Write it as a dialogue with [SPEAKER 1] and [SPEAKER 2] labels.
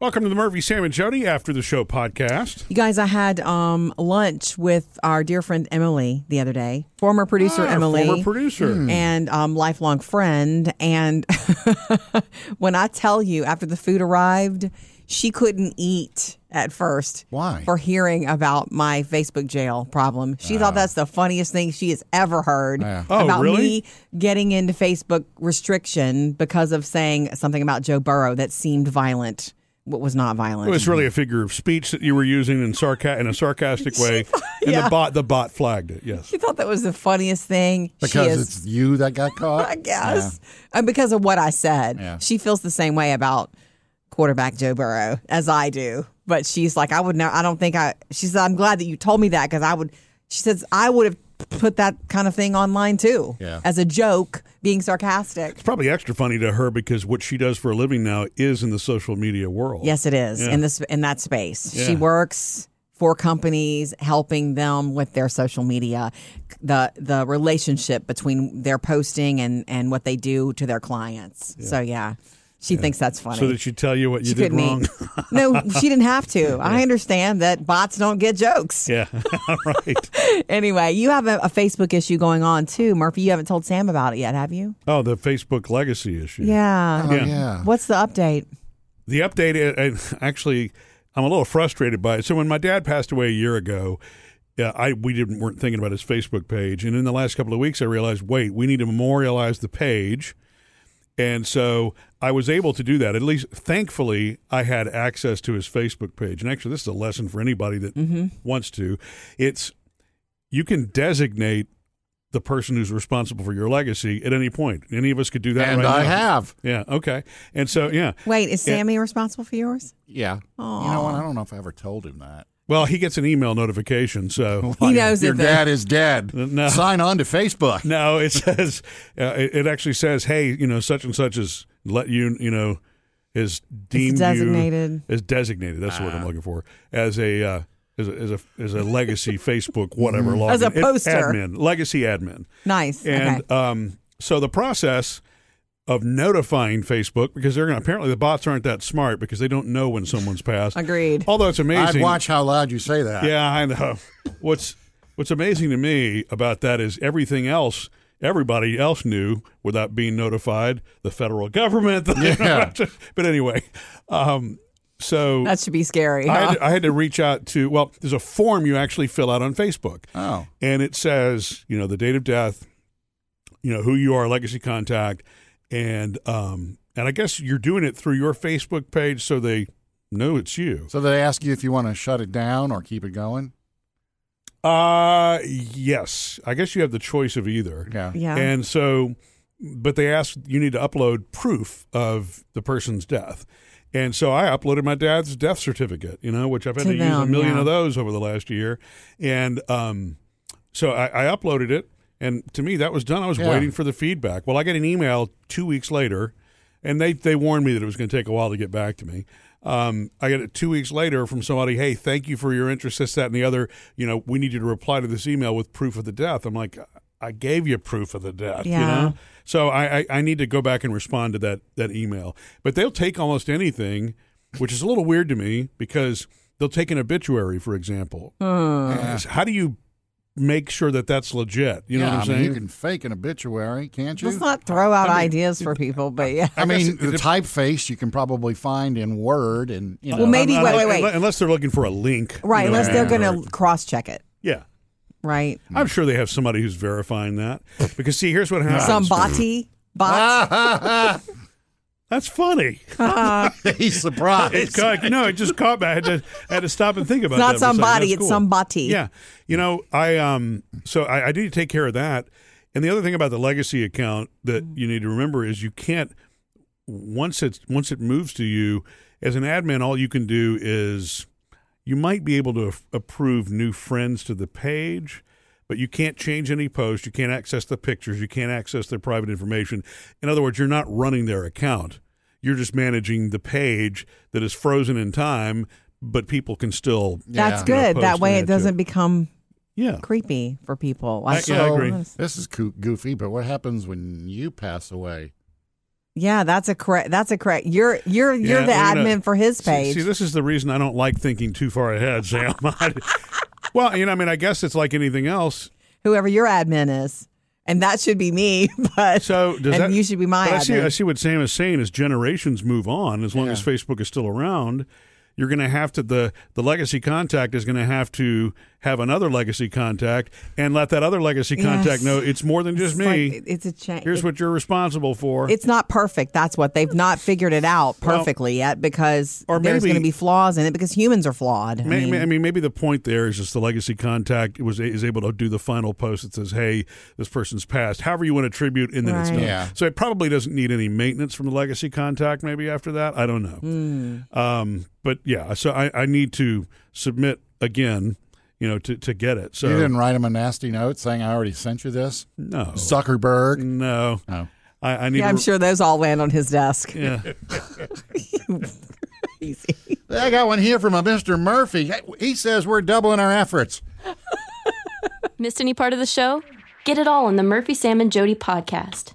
[SPEAKER 1] Welcome to the Murphy, Sam, and Jody After the Show podcast.
[SPEAKER 2] You guys, I had um, lunch with our dear friend Emily the other day, former producer
[SPEAKER 1] Ah,
[SPEAKER 2] Emily,
[SPEAKER 1] Former Hmm. producer.
[SPEAKER 2] and um, lifelong friend. And when I tell you, after the food arrived, she couldn't eat at first.
[SPEAKER 3] Why?
[SPEAKER 2] For hearing about my Facebook jail problem. She thought that's the funniest thing she has ever heard
[SPEAKER 1] Oh,
[SPEAKER 2] about
[SPEAKER 1] really?
[SPEAKER 2] me getting into Facebook restriction because of saying something about Joe Burrow that seemed violent. What was not violent?
[SPEAKER 1] It was really a figure of speech that you were using in sarca- in a sarcastic way, and the
[SPEAKER 2] yeah.
[SPEAKER 1] bot the bot flagged it. Yes.
[SPEAKER 2] She thought that was the funniest thing. she
[SPEAKER 3] Because
[SPEAKER 2] is,
[SPEAKER 3] it's you that got caught?
[SPEAKER 2] I guess, and because of what I said,
[SPEAKER 3] Yeah.
[SPEAKER 2] she feels the same way about quarterback Joe Burrow as I do. But she's like, I would know. I don't think I. She said, I'm glad that you told me that because I would. She says I would have put that kind of thing online too,
[SPEAKER 3] Yeah.
[SPEAKER 2] as a joke, being sarcastic.
[SPEAKER 1] It's probably extra funny to her because what she does for a living now is in the social media world.
[SPEAKER 2] Yes, it is in this in that space. She
[SPEAKER 1] Yeah.
[SPEAKER 2] works for companies, helping them with their social media, the the relationship between their posting and and what they do to their clients. So yeah, she thinks that's funny.
[SPEAKER 1] So that she tell you what you
[SPEAKER 2] she
[SPEAKER 1] did
[SPEAKER 2] couldn't
[SPEAKER 1] wrong.
[SPEAKER 2] eat. no, she didn't have to. I understand that bots don't get jokes.
[SPEAKER 1] yeah. right.
[SPEAKER 2] Anyway, you have a, a Facebook issue going on too, Murphy. You haven't told Sam about it yet, have you?
[SPEAKER 1] Oh, the Facebook legacy issue.
[SPEAKER 2] Yeah.
[SPEAKER 3] Oh, yeah.
[SPEAKER 2] What's the update?
[SPEAKER 1] the update uh, uh, actually i'm a little frustrated by it so when my dad passed away a year ago uh, I we didn't weren't thinking about his Facebook page, and in the last couple of weeks, I realized, wait, we need to memorialize the page, and so I was able to do that. At least, thankfully, I had access to his Facebook page. And actually, this is a lesson for anybody that wants to. It's you can designate the person who's responsible for your legacy at any point. Any of us could do that.
[SPEAKER 3] And
[SPEAKER 1] right
[SPEAKER 3] I
[SPEAKER 1] now.
[SPEAKER 3] have.
[SPEAKER 1] yeah, okay, and so yeah,
[SPEAKER 2] Wait, is
[SPEAKER 1] Yeah.
[SPEAKER 2] Sammy responsible for yours?
[SPEAKER 3] Yeah. You know what? I don't know if I ever told him that.
[SPEAKER 1] Well, he gets an email notification, so
[SPEAKER 2] He knows
[SPEAKER 3] Your
[SPEAKER 2] it. though.
[SPEAKER 3] dad is dead.
[SPEAKER 1] Uh, No.
[SPEAKER 3] Sign on to Facebook.
[SPEAKER 1] no, it says uh, it, it actually says, "Hey, you know, such and such is let you, you know, is deemed you-
[SPEAKER 2] designated.
[SPEAKER 1] is designated. That's the
[SPEAKER 2] Ah.
[SPEAKER 1] word I'm looking for as a." Uh, as a, as a as a legacy Facebook whatever login
[SPEAKER 2] As a
[SPEAKER 1] It-
[SPEAKER 2] poster.
[SPEAKER 1] admin legacy admin
[SPEAKER 2] Nice.
[SPEAKER 1] and
[SPEAKER 2] okay.
[SPEAKER 1] um so the process of notifying Facebook because they're gonna apparently the bots aren't that smart because they don't know when someone's passed
[SPEAKER 2] Agreed.
[SPEAKER 1] although it's amazing
[SPEAKER 3] I'd watch how loud you say that.
[SPEAKER 1] Yeah, I know. What's What's amazing to me about that is everything else. Everybody else knew without being notified. The federal government. the-
[SPEAKER 3] Yeah.
[SPEAKER 1] but anyway, um, so
[SPEAKER 2] That should be scary.
[SPEAKER 1] I
[SPEAKER 2] huh?
[SPEAKER 1] had, to, I had to reach out to. Well, there's a form you actually fill out on Facebook,
[SPEAKER 3] Oh.
[SPEAKER 1] and it says, you know, the date of death, you know, who you are, legacy contact, and um, and I guess you're doing it through your Facebook page, so they know it's you.
[SPEAKER 3] So they ask you if you want to shut it down or keep it going?
[SPEAKER 1] Uh yes. I guess you have the choice of either.
[SPEAKER 3] Yeah.
[SPEAKER 2] yeah.
[SPEAKER 1] And so but they asked you need to upload proof of the person's death. And so I uploaded my dad's death certificate, you know, which I've had
[SPEAKER 2] To
[SPEAKER 1] to, use a
[SPEAKER 2] them,
[SPEAKER 1] million
[SPEAKER 2] yeah.
[SPEAKER 1] of those over the last year. And um so I, I uploaded it and to me that was done. I was
[SPEAKER 3] Yeah.
[SPEAKER 1] waiting for the feedback. Well I got an email two weeks later and they, they warned me that it was going to take a while to get back to me. Um, I got it two weeks later from somebody, hey, thank you for your interest, this, that, and the other. You know, we need you to reply to this email with proof of the death. I'm like, I gave you proof of the death, you
[SPEAKER 2] Yeah.
[SPEAKER 1] know? So I, I, I need to go back and respond to that, that email. But they'll take almost anything, which is a little weird to me because they'll take an obituary, for example.
[SPEAKER 2] Uh,
[SPEAKER 1] And How do you make sure that that's legit? You know
[SPEAKER 3] Yeah,
[SPEAKER 1] what I'm
[SPEAKER 3] I mean,
[SPEAKER 1] saying?
[SPEAKER 3] you can fake an obituary, can't you?
[SPEAKER 2] Let's not throw out ideas for people, but yeah.
[SPEAKER 3] I mean,
[SPEAKER 1] guess it-
[SPEAKER 3] the typeface you can probably find in Word and, you know.
[SPEAKER 2] Well, maybe-
[SPEAKER 1] Unless-
[SPEAKER 2] wait, wait, wait.
[SPEAKER 1] Unless they're looking for a link. you
[SPEAKER 2] Right,
[SPEAKER 1] know,
[SPEAKER 2] unless they're Hmm. going
[SPEAKER 1] or-
[SPEAKER 2] to cross check it,
[SPEAKER 1] Yeah.
[SPEAKER 2] right?
[SPEAKER 1] I'm sure they have somebody who's verifying that. Because see, here's what happens.
[SPEAKER 2] Some boty
[SPEAKER 1] Ah,
[SPEAKER 2] bot.
[SPEAKER 1] That's funny.
[SPEAKER 3] He's surprised.
[SPEAKER 1] It's kind of, no, it just caught me. I had to, I had to stop and think about
[SPEAKER 2] it's not
[SPEAKER 1] that for a second.
[SPEAKER 2] somebody,
[SPEAKER 1] That's
[SPEAKER 2] it's
[SPEAKER 1] cool.
[SPEAKER 2] somebody.
[SPEAKER 1] Yeah, you know, I um, so I, I need to take care of that. And the other thing about the legacy account that you need to remember is you can't once it's once it moves to you as an admin, all you can do is you might be able to af- approve new friends to the page. But you can't change any post. You can't access the pictures. You can't access their private information. In other words, you're not running their account. You're just managing the page that is frozen in time, but people can still.
[SPEAKER 2] That's
[SPEAKER 1] Gonna
[SPEAKER 3] Yeah.
[SPEAKER 2] good.
[SPEAKER 1] post
[SPEAKER 2] That way
[SPEAKER 1] that
[SPEAKER 2] it doesn't become
[SPEAKER 1] Yeah.
[SPEAKER 2] creepy for people.
[SPEAKER 1] I-
[SPEAKER 2] Like,
[SPEAKER 1] yeah, I agree.
[SPEAKER 2] oh, this-
[SPEAKER 3] This is coo- goofy, but what happens when you pass away?
[SPEAKER 2] Yeah, that's a correct. That's a correct. You're you're you're
[SPEAKER 1] Yeah,
[SPEAKER 2] the
[SPEAKER 1] we're gonna-
[SPEAKER 2] admin for his
[SPEAKER 1] See-
[SPEAKER 2] page.
[SPEAKER 1] See, this is the reason I don't like thinking too far ahead, Sam. I- well, you know, I mean, I guess it's like anything else.
[SPEAKER 2] whoever your admin is, and that should be me. But
[SPEAKER 1] So does
[SPEAKER 2] and
[SPEAKER 1] that?
[SPEAKER 2] you should be my
[SPEAKER 1] but I
[SPEAKER 2] admin.
[SPEAKER 1] see. I see what Sam is saying is generations move on. As long
[SPEAKER 3] Yeah.
[SPEAKER 1] as Facebook is still around, you're going to have to the the legacy contact is going to have to have another legacy contact and let that other legacy contact
[SPEAKER 2] Yes.
[SPEAKER 1] know it's more than just
[SPEAKER 2] It's like-
[SPEAKER 1] me.
[SPEAKER 2] it- it's a change.
[SPEAKER 1] Here's what you're responsible for.
[SPEAKER 2] it's not perfect. That's what they've not figured it out perfectly yet because
[SPEAKER 1] or
[SPEAKER 2] there's
[SPEAKER 1] maybe-
[SPEAKER 2] going to be flaws in it because humans are flowed. I
[SPEAKER 1] May- may-
[SPEAKER 2] mean,
[SPEAKER 1] maybe the point there is just the legacy contact was is able to do the final post that says, "Hey, this person's passed." However, you want to tribute, and then it's
[SPEAKER 2] Right.
[SPEAKER 1] done.
[SPEAKER 3] Yeah.
[SPEAKER 1] So it probably doesn't need any maintenance from the legacy contact. Maybe after that, I don't know.
[SPEAKER 2] Hmm.
[SPEAKER 1] Um, but yeah, so I, I need to submit again, you know, to, to get it. So
[SPEAKER 3] you didn't write him a nasty note saying I already sent you this,
[SPEAKER 1] no,
[SPEAKER 3] Zuckerberg.
[SPEAKER 1] no,
[SPEAKER 3] No.
[SPEAKER 1] I, I need.
[SPEAKER 2] yeah,
[SPEAKER 1] to,
[SPEAKER 2] I'm sure those all land on his desk.
[SPEAKER 1] Yeah.
[SPEAKER 2] Easy.
[SPEAKER 3] I got one here from a Mr. Murphy. He says we're doubling our efforts.
[SPEAKER 4] Missed any part of the show? Get it all on the Murphy, Sam, and Jody podcast.